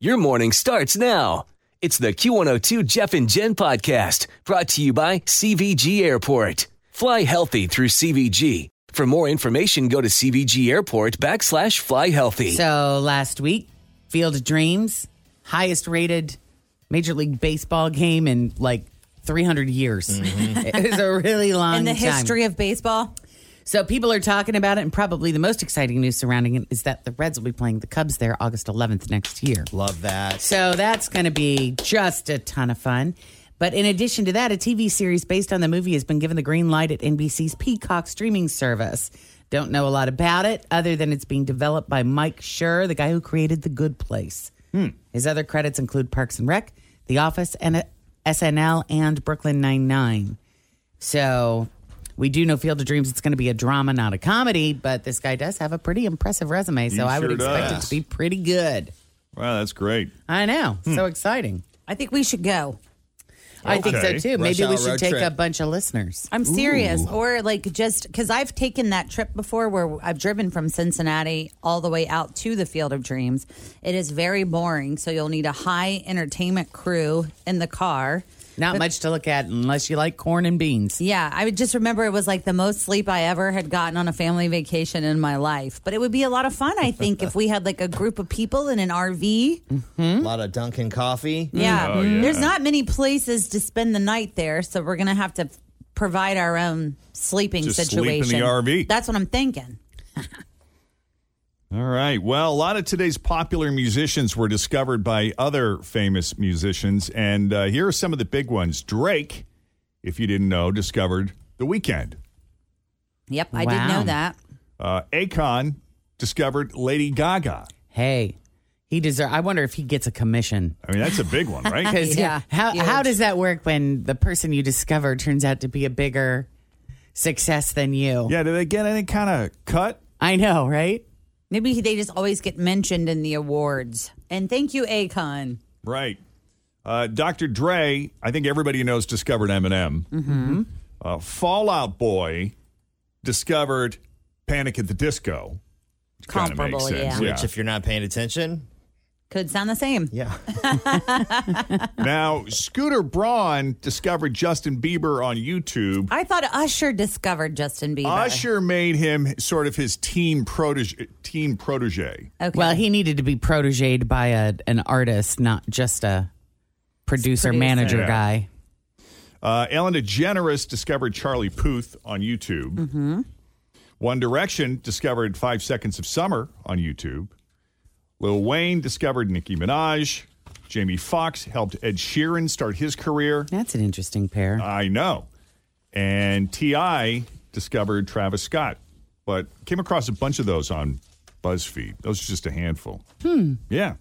Your morning starts now. It's the Q102 Jeff and Jen podcast brought to you by CVG Airport. Fly healthy through CVG. For more information, go to CVG Airport backslash fly healthy. So last week, Field of Dreams, highest rated Major League Baseball game in like 300 years. it was a really long in the time. history of baseball. So people are talking about it, and probably the most exciting news surrounding it is that the Reds will be playing the Cubs there August 11th next year. Love that. So that's going to be just a ton of fun. But in addition to that, a TV series based on the movie has been given the green light at NBC's Peacock streaming service. Don't know a lot about it other than it's being developed by Mike Schur, the guy who created The Good Place. Hmm. His other credits include Parks and Rec, The Office, and uh, SNL and Brooklyn Nine-Nine. So we do know Field of Dreams. It's going to be a drama, not a comedy, but this guy does have a pretty impressive resume. So I would sure expect it does. to be pretty good. Wow, that's great. I know. Hmm. So exciting. I think we should go. I think so Okay. too. Maybe Rush we hour should road take trip. a bunch of listeners. I'm serious. Or like just because I've taken that trip before where I've driven from Cincinnati all the way out to the Field of Dreams. It is very boring. So you'll need a high entertainment crew in the car. Not much to look at unless you like corn and beans. Yeah, I would just remember it was like the most sleep I ever had gotten on a family vacation in my life. But it would be a lot of fun, I think, if we had like a group of people in an RV. A lot of Dunkin' coffee. Yeah. Oh, yeah. There's not many places to spend the night there, so we're going to have to provide our own sleeping Just sleep in the situation. RV. That's what I'm thinking. All right. Well, a lot of today's popular musicians were discovered by other famous musicians, and uh, here are some of the big ones. Drake, if you didn't know, discovered The Weeknd. Yep, I did Wow. know that. Uh, Akon discovered Lady Gaga. Hey, he deserve. I wonder if he gets a commission. I mean, that's a big one, right? 'Cause Yeah, How how huge. does that work when the person you discover turns out to be a bigger success than you? yeah. Did they get any kind of cut? I know, right? Maybe they just always get mentioned in the awards. And thank you, Akon. Right. Uh, Dr. Dre, I think everybody knows, discovered Eminem. Mm-hmm. Uh, Fallout Boy discovered Panic at the Disco. Which kinda Comparable, makes sense, yeah. Which, if you're not paying attention, Could sound the same. yeah. Now, Scooter Braun discovered Justin Bieber on YouTube. I thought Usher discovered Justin Bieber. Usher made him sort of his teen protege. Teen protege. Okay. Well, he needed to be protéged by a, an artist, not just a producer, Producer. manager Yeah. guy. Uh, Ellen DeGeneres discovered Charlie Puth on YouTube. One Direction discovered Five Seconds of Summer on YouTube. Lil Wayne discovered Nicki Minaj. Jamie Foxx helped Ed Sheeran start his career. That's an interesting pair. I know. And T.I. discovered Travis Scott, but came across a bunch of those on BuzzFeed. Those are just a handful. Hmm. Yeah,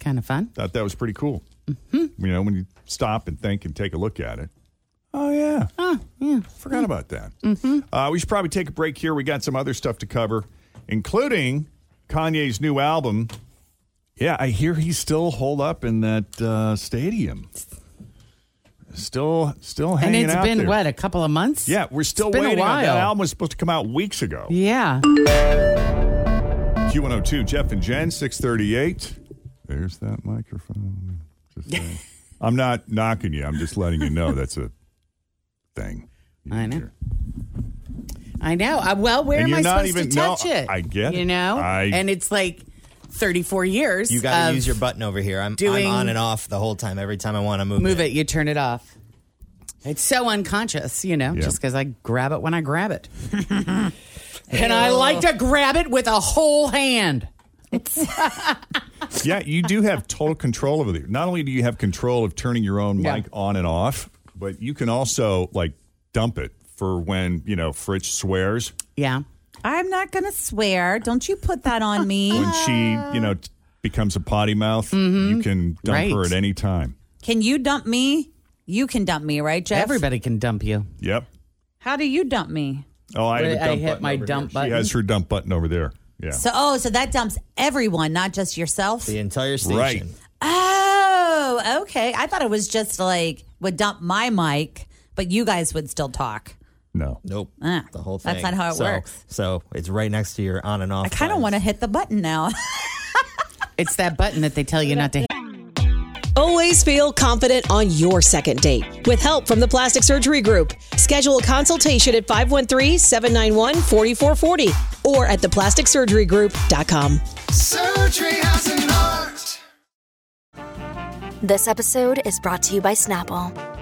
kind of fun. thought that was pretty cool. Mm-hmm. You know, when you stop and think and take a look at it. Oh, yeah. Ah, yeah. Forgot about that. Mm-hmm. Uh, we should probably take a break here. We got some other stuff to cover, including Kanye's new album. Yeah, I hear he's still holed up in that uh, stadium. Still, still And hanging it's out been there. what a couple of months. Yeah, we're still It's been a waiting. on- That while. album was supposed to come out weeks ago. Yeah. Q102, Jeff and Jen, 638. There's that microphone. Just saying. I'm not knocking you. I'm just letting you know that's a thing. You I know. hear. I know. Uh, well, where And am you're I not supposed even- to no, touch it? I get it. You know, I- and it's like 34 years. You got to Um, of use your button over here. I'm, doing- I'm on and off the whole time. Every time I want to move, move it, you turn it off. It's so unconscious, you know, Yeah. just because I grab it when I grab it. and I like to grab it with a whole hand. yeah, you do have total control over it. Not only do you have control of turning your own Yeah. mic on and off, but you can also like dump it for when you know Fritz swears Yeah. I'm not going to swear. Don't you put that on me. when she you know t- becomes a potty mouth. You can dump Mm-hmm. Right. her at any time. Can you dump me? You can dump me, right, Jeff? Everybody can dump you. Yep. How do you dump me? Oh, I, have a I dump hit button my over dump here. She button. has her dump button over there. Yeah. So, oh, so that dumps everyone, not just yourself? the entire station. Right. Oh, okay. I thought it was just like would dump my mic, but you guys would still talk. no. Nope. Ah, the whole thing. that's not how it So- works. So it's right next to your on and off. I kind of want to hit the button now. It's that button that they tell you not to hit. Always feel confident on your second date. With help from the Plastic Surgery Group, schedule a consultation at 513 791 4440 or at theplasticsurgerygroup.com. Surgery has an art. This episode is brought to you by Snapple.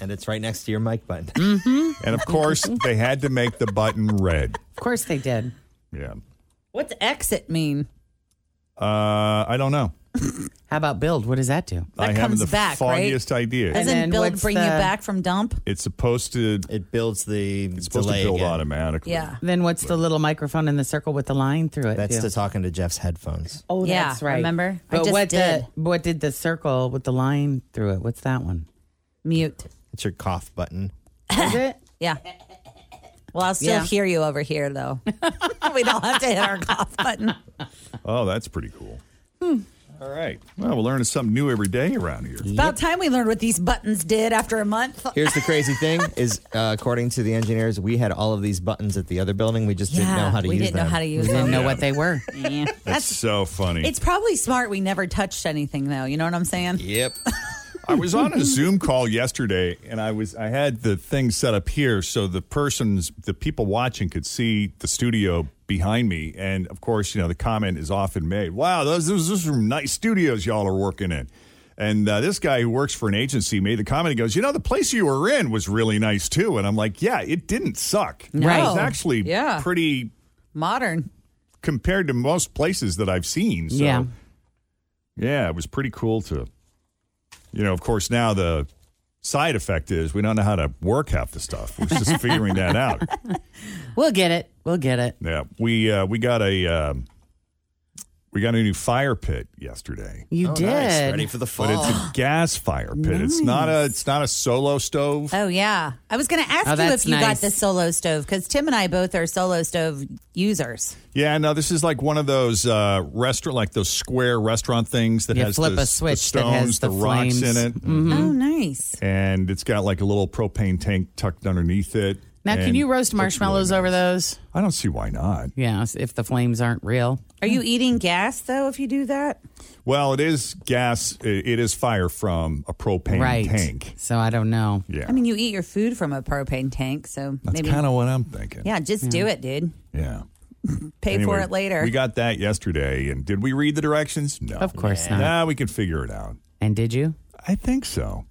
And it's right next to your mic button. Mm. And of course, they had to make the button red. Of course they did. Yeah. What's exit mean? Uh, I don't know. How about build? What does that do? I comes have the back, right? foggiest idea. And Doesn't then build what's bring the- you back from dump? it's supposed to. It builds the It's supposed delay to build again. automatically. Yeah. Then what's the little microphone in the circle with the line through it? That's do? to talking to Jeff's headphones. Oh, Yeah, that's right. remember? I But just what did. The, what did the circle with the line through it? What's that one? Mute. It's your cough button. Is it? Yeah. Well, I'll still Yeah. hear you over here, though. we don't have to hit our cough button. Oh, that's pretty cool. Hmm. All right. Well, we're learning something new every day around here. About time we learned what these buttons did after a month. Here's the crazy thing: is uh, according to the engineers, we had all of these buttons at the other building. We just didn't know how to we use didn't them. know how to use I them. didn't know what they were. Yeah. That's so funny. It's probably smart we never touched anything, though. You know what I'm saying? Yep. I was on a Zoom call yesterday, and I was I had the thing set up here so the persons, the people watching, could see the studio behind me. And of course, you know the comment is often made, "Wow, those those, those are nice studios y'all are working in." And uh, this guy who works for an agency made the comment. He goes, "You know, the place you were in was really nice too." And I'm like, "Yeah, it didn't suck. Right. It was actually Yeah. pretty Modern. compared to most places that I've seen." So, Yeah. yeah, it was pretty cool to, you know, of course, now the side effect is we don't know how to work half the stuff. We're just figuring that out. We'll get it. We'll get it. Yeah. We, uh, we got a, um, we got a new fire pit yesterday. You did. Oh, Ready for the fall? But it's a gas fire pit. It's not a it's not a solo stove. Oh yeah, I was going to ask Oh, you that's if you nice. got the solo stove because Tim and I both are solo stove users. Yeah, no, this is like one of those uh, restaurant like those square restaurant things that You has flip the, a the switch that stones, has the, the rocks in flames. Mm-hmm. it. Oh, nice. And it's got like a little propane tank tucked underneath it. Now, can And you roast looks really marshmallows over nice. those? I don't see why not. Yeah, if the flames aren't real. Are you eating gas though? If you do that, Well, it is gas. It, it is fire from a propane right. tank. So I don't know. Yeah, I mean, you eat your food from a propane tank, so that's maybe. kind of what I'm thinking. yeah, just do it, dude. yeah. Pay for Anyway, it later. We got that yesterday, and did we read the directions? No, Of course not. Nah, we could figure it out. And did you? I think so.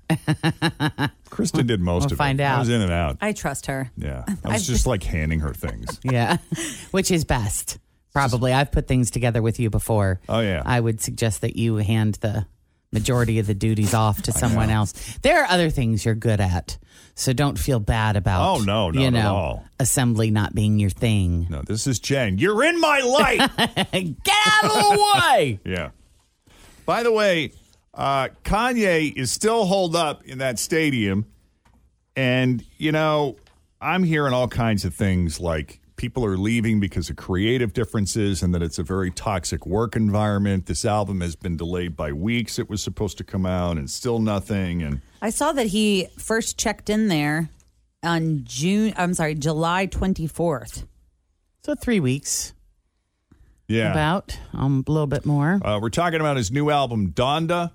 Kristen did most we'll of find it. I out. was in and out. I trust her. Yeah, I was just like handing her things. Yeah. Which is best. Probably. I've put things together with you before. Oh, yeah. I would suggest that you hand the majority of the duties off to someone else. There are other things you're good at. So don't feel bad about Oh, no, not you at know, all. assembly not being your thing. No, this is Jen. You're in my light. Get out of the way. Yeah. By the way, uh, Kanye is still holed up in that stadium. And, you know, I'm hearing all kinds of things like people are leaving because of creative differences and that it's a very toxic work environment. This album has been delayed by weeks. It was supposed to come out and still nothing. And I saw that he first checked in there on June. I'm sorry, July 24th. So three weeks. yeah. About um, a little bit more. Uh, we're talking about his new album, Donda,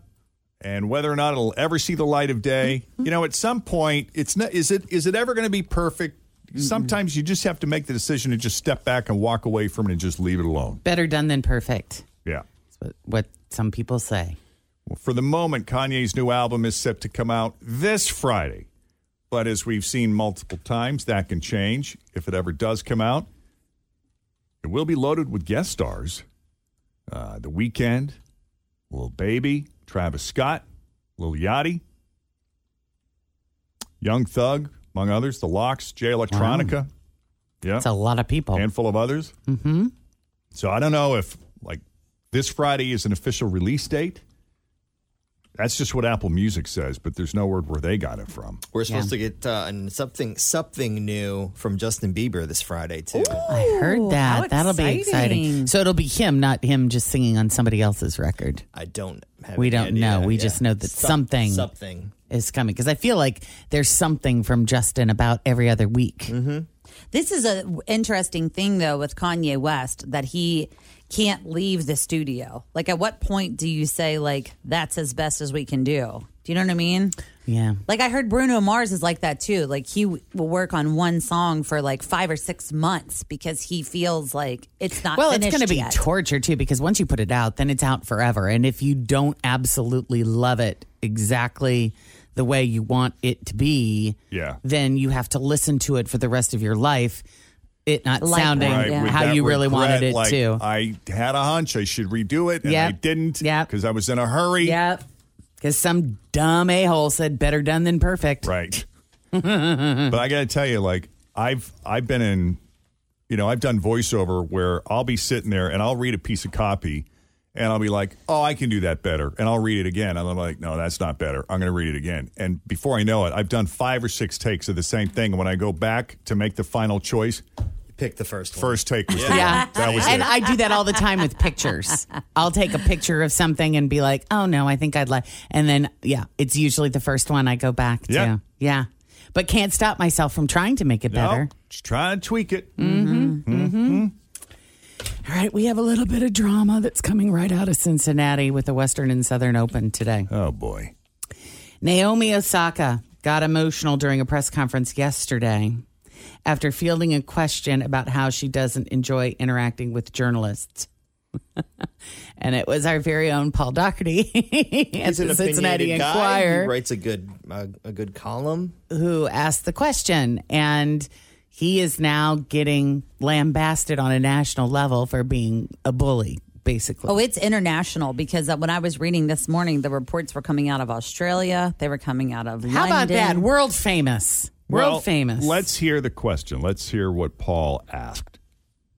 and whether or not it'll ever see the light of day. you know, at some point, it's not. Is it? Is it ever going to be perfect? Sometimes you just have to make the decision to just step back and walk away from it and just leave it alone. Better done than perfect. Yeah. That's what, what some people say. Well, for the moment, Kanye's new album is set to come out this Friday. But as we've seen multiple times, that can change if it ever does come out. It will be loaded with guest stars. Uh, the Weekend, Lil Baby, Travis Scott, Lil Yachty, Young Thug, among others, The Locks, Jay Electronica. Yeah. It's a lot of people. Handful of others. hmm So I don't know if like this Friday is an official release date. That's just what Apple Music says, but there's no word where they got it from. We're supposed to get uh, an- something something new from Justin Bieber this Friday too. I heard how that. That'll be exciting. exciting. So it'll be him, not him just singing on somebody else's record. I don't. Have We any don't idea. know. We Yeah. just know that Some- something- something. Is coming because I feel like there's something from Justin about every other week. Mm-hmm. This is a w- interesting thing though with Kanye West that he can't leave the studio. Like at what point do you say like that's as best as we can do? Do you know what I mean? Yeah. Like I heard Bruno Mars is like that too. Like he w- will work on one song for like 5 or 6 months because he feels like it's not Well, it's going to finished be yet. torture too because once you put it out, then it's out forever. And if you don't absolutely love it exactly the way you want it to be, Yeah. then you have to listen to it for the rest of your life. It not Like sounding that, yeah. with how that you really regret, wanted it like, to. I had a hunch I should redo it and I Yep. didn't Yep. because I was in a hurry. Yep. Because some dumb a hole said better done than perfect. Right. but I got to tell you, like I've I've been in, you know, I've done voiceover where I'll be sitting there and I'll read a piece of copy, and I'll be like, oh, I can do that better, and I'll read it again, and I'm like, no, that's not better. I'm going to read it again, and before I know it, I've done five or six takes of the same thing. And when I go back to make the final choice, Pick the first one. first take was the- Yeah. that was and it. I do that all the time with pictures. I'll take a picture of something and be like, oh no, I think I'd like. And then, yeah, it's usually the first one I go back to. Yeah. Yeah. But can't stop myself from trying to make it better. Mm-hmm. No, just trying to tweak it. All right. We have a little bit of drama that's coming right out of Cincinnati with the Western and Southern Open today. Oh boy. Naomi Osaka got emotional during a press conference yesterday after fielding a question about how she doesn't enjoy interacting with journalists. and it was our very own Paul Doherty at He's an the Cincinnati opinionated guy. He Inquirer writes a good a, a good column. who asked the question. And he is now getting lambasted on a national level for being a bully, basically. Oh, it's international because uh, when I was reading this morning, the reports were coming out of Australia. They were coming out of how about that? London. World famous. World Well, famous. Let's hear the question. Let's hear what Paul asked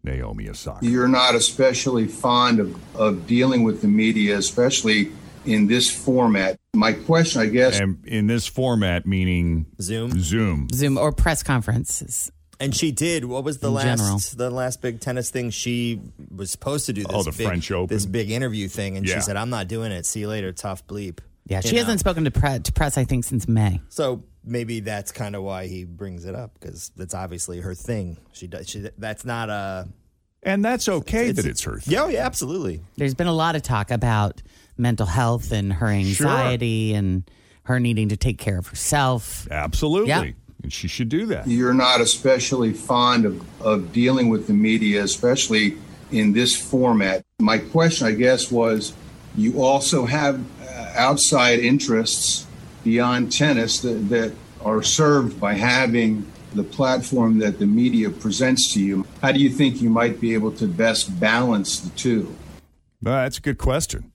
Naomi Osaka. You're not especially fond of, of dealing with the media, especially in this format. My question, I guess, and in this format, meaning Zoom. Zoom. Zoom or press conferences. And she did. What was the In last general. the last big tennis thing? She was supposed to do this. Oh, the big, French Open. This big interview thing, and Yeah. she said, "I'm not doing it. See you later. Tough bleep." Yeah, You she know? hasn't spoken to, pre- to press, I think, since May. So maybe that's kind of why he brings it up because that's obviously her thing. She does. She that's not a. And that's okay that it's her thing. Yeah, oh, yeah, absolutely. There's been a lot of talk about mental health and her anxiety and her needing to take care of herself. Absolutely. Yeah. And she should do that. you're not especially fond of, of dealing with the media, especially in this format. My question, I guess, was you also have uh, outside interests beyond tennis that, that are served by having the platform that the media presents to you. How do you think you might be able to best balance the two? No, that's a good question.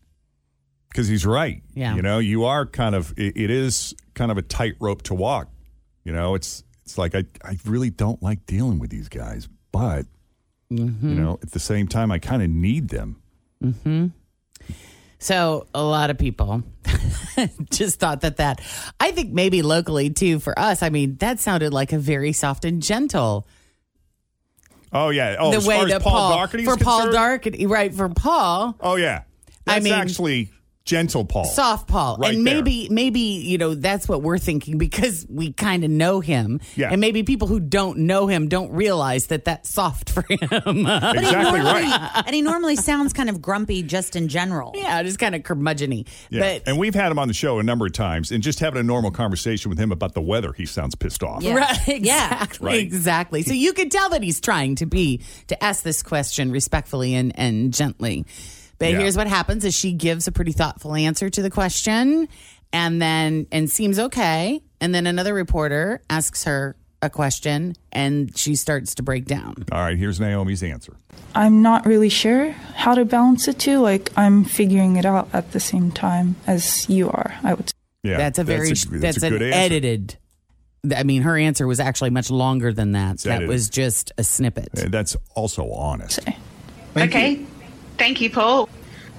Because he's right. Yeah. You know, you are kind of, it, it is kind of a tightrope to walk. You know, it's, it's like, I, I really don't like dealing with these guys, but, Mm-hmm. you know, at the same time, I kind of need them. So a lot of people just thought that that. I think maybe locally too for us. I mean, that sounded like a very soft and gentle Oh yeah. Oh, as far as Paul, Daugherty is for Paul concerned? Darkety, right? For Paul, Oh yeah. I That's mean- actually gentle Paul. soft Paul, Right and there. maybe maybe you know that's what we're thinking because we kind of know him, Yeah. and maybe people who don't know him don't realize that that's soft for him. Exactly right. and he normally sounds kind of grumpy just in general. yeah, just kind of curmudgeony, Yeah. but. and we've had him on the show a number of times, and just having a normal conversation with him about the weather, he sounds pissed off. Yeah. Right, exactly, Yeah. Right. exactly. So you can tell that he's trying to be to ask this question respectfully and and gently. But Yeah. here's what happens: is she gives a pretty thoughtful answer to the question, and then and seems okay, and then another reporter asks her a question, and she starts to break down. All right, here's Naomi's answer. I'm not really sure how to balance it too. Like, I'm figuring it out at the same time as you are, I would say. Yeah, that's a very that's, an good answer. edited. I mean, her answer was actually much longer than that. that edited. was just a snippet. Uh, That's also honest. Thank you. Thank you, Paul.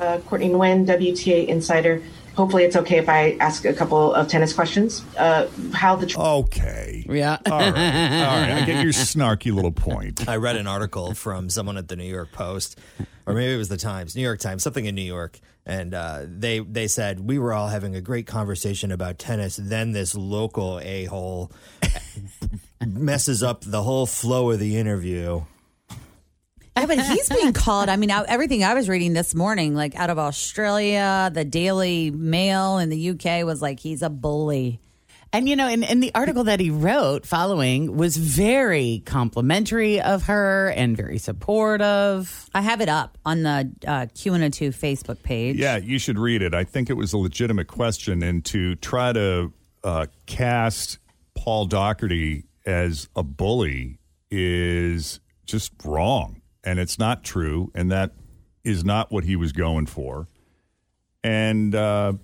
Uh, Courtney Nguyen, WTA Insider. Hopefully, it's okay if I ask a couple of tennis questions. Uh, how the Okay. Yeah. All right. All right. I get your snarky little point. I read an article from someone at the New York Post, or maybe it was the Times, New York Times, something in New York, and uh, they they said we were all having a great conversation about tennis. Then this local a hole messes up the whole flow of the interview. Yeah, but he's being called. I mean, out- everything I was reading this morning, like out of Australia, the Daily Mail in the UK was like, he's a bully. And you know, and, and the article that he wrote following was very complimentary of her and very supportive. I have it up on the uh, Q102 Facebook page. Yeah, you should read it. I think it was a legitimate question, and to try to uh, cast Paul Doherty as a bully is just wrong, and it's not true, and that is not what he was going for. And uh,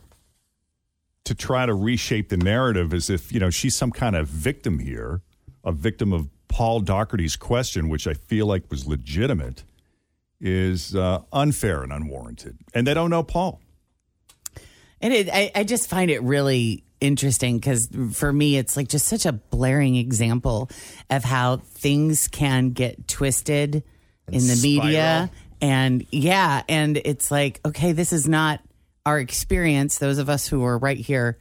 to try to reshape the narrative as if you know she's some kind of victim here, a victim of Paul Doherty's question, which I feel like was legitimate is uh, unfair and unwarranted. And they don't know Paul. And it, I, I just find it really interesting because for me, it's like just such a blaring example of how things can get twisted in the media. spiral. And yeah, and it's like, okay, this is not our experience, those of us who are right here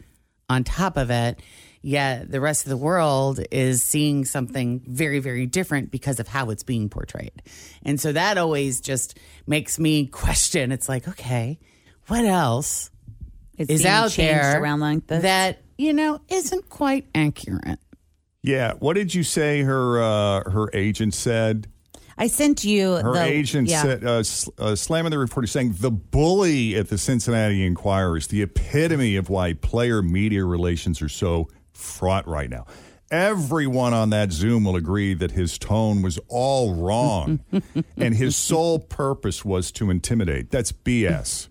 on top of it. Yet the rest of the world is seeing something very, very different because of how it's being portrayed. And so that always just makes me question. It's like, okay, what else It's is being out changed there around like this. that you know isn't quite accurate. Yeah. What did you say her uh, her agent said? I sent you Her the agent yeah. said, uh, sl- uh, slamming the reporter, saying the bully at the Cincinnati Inquirer is the epitome of why player media relations are so fraught right now. Everyone on that Zoom will agree that his tone was all wrong and his sole purpose was to intimidate. That's BS.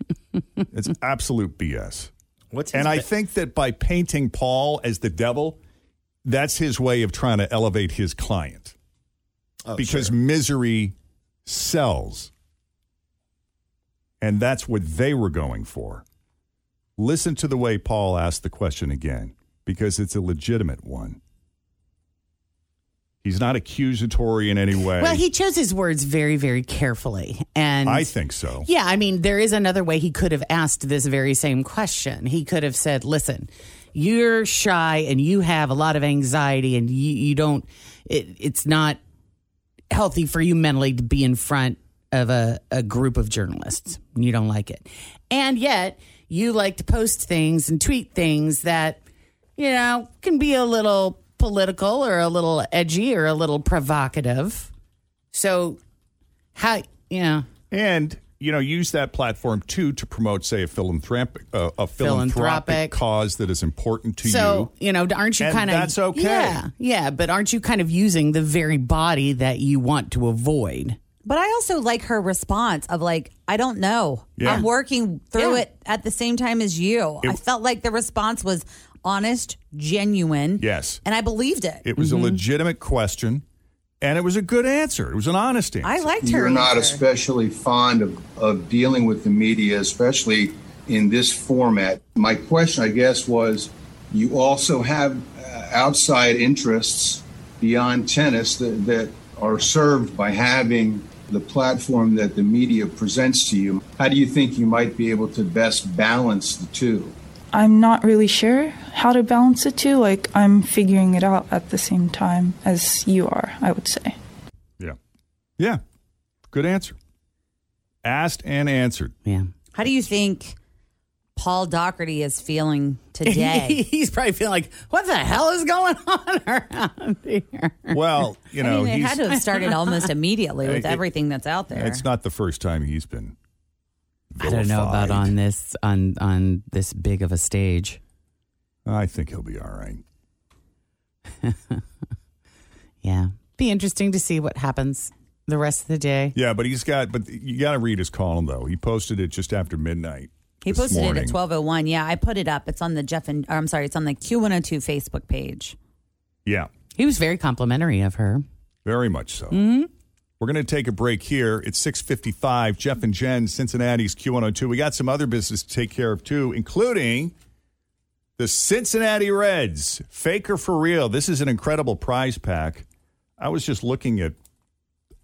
It's absolute BS. What's his And I ba- think that by painting Paul as the devil, that's his way of trying to elevate his client Oh, because sure. misery sells. And that's what they were going for. Listen to the way Paul asked the question again because it's a legitimate one. He's not accusatory in any way. Well, he chose his words very, very carefully, and I think so. Yeah, I mean, there is another way he could have asked this very same question. He could have said, "Listen, you're shy and you have a lot of anxiety, and you, you don't. It, it's not healthy for you mentally to be in front of a, a group of journalists. You don't like it, and yet you like to post things and tweet things that you know can be a little political or a little edgy or a little provocative. So, how you know?" and you know use that platform too to promote say a philanthropic uh, Philanthropic. a philanthropic cause that is important to so, you you. know, aren't you And kind of that's okay. Yeah, yeah, but aren't you kind of using the very body that you want to avoid? But I also like her response of like, I don't know. Yeah. I'm working through Yeah. it at the same time as you. I felt like the response was honest, genuine. Yes. And I believed it. it was a legitimate question and it was a good answer it was an honest answer I liked her. You're not answer. especially fond of, of dealing with the media, especially in this format. My question, I guess, was you also have uh, outside interests beyond tennis that, that are served by having the platform that the media presents to you, how do you think you might be able to best balance the two? I'm not really sure how to balance the two. Like, I'm figuring it out at the same time as you are, I would say. Yeah. Yeah. Good answer. Asked and answered. Yeah. How do you think Paul Doherty is feeling today? he's probably feeling like, what the hell is going on around here? Well, you I know, mean, it he's, had to have started almost immediately with It- everything that's out there. it's not the first time he's been. I don't know about vilified. on this on on this big of a stage. I think he'll be all right. Yeah. Be interesting to see what happens the rest of the day. Yeah, but he's got. But you got to read his column though. He posted it just after midnight. He this posted it morning. at twelve oh one. Yeah, I put it up. It's on the Jeff and or I'm sorry, it's on the Q one oh two Facebook page. Yeah, He was very complimentary of her. very much so. We're going to take a break here. It's six fifty-five. Jeff and Jen, Cincinnati's Q one hundred two. We got some other business to take care of too, including the Cincinnati Reds. Faker for real. This is an incredible prize pack. I was just looking at.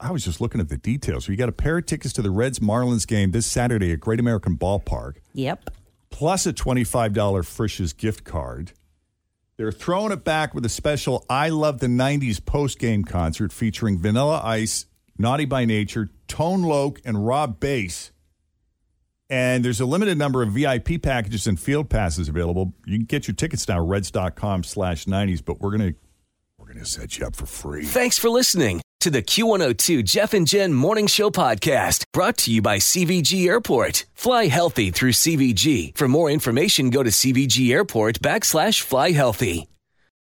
I was just looking at the details. You got a pair of tickets to the Reds Marlins game this Saturday at Great American Ballpark. Yep. plus a $25 Frisch's gift card. They're throwing it back with a special I Love the 90s post game concert featuring Vanilla Ice, Naughty by Nature, Tone Loke, and Rob Bass. And there's a limited number of VIP packages and field passes available. You can get your tickets now, reds.com slash 90s, but we're going to we're gonna set you up for free. Thanks for listening to the Q102 Jeff and Jen Morning Show podcast brought to you by CVG Airport. Fly healthy through CVG. For more information, go to CVG Airport backslash fly healthy.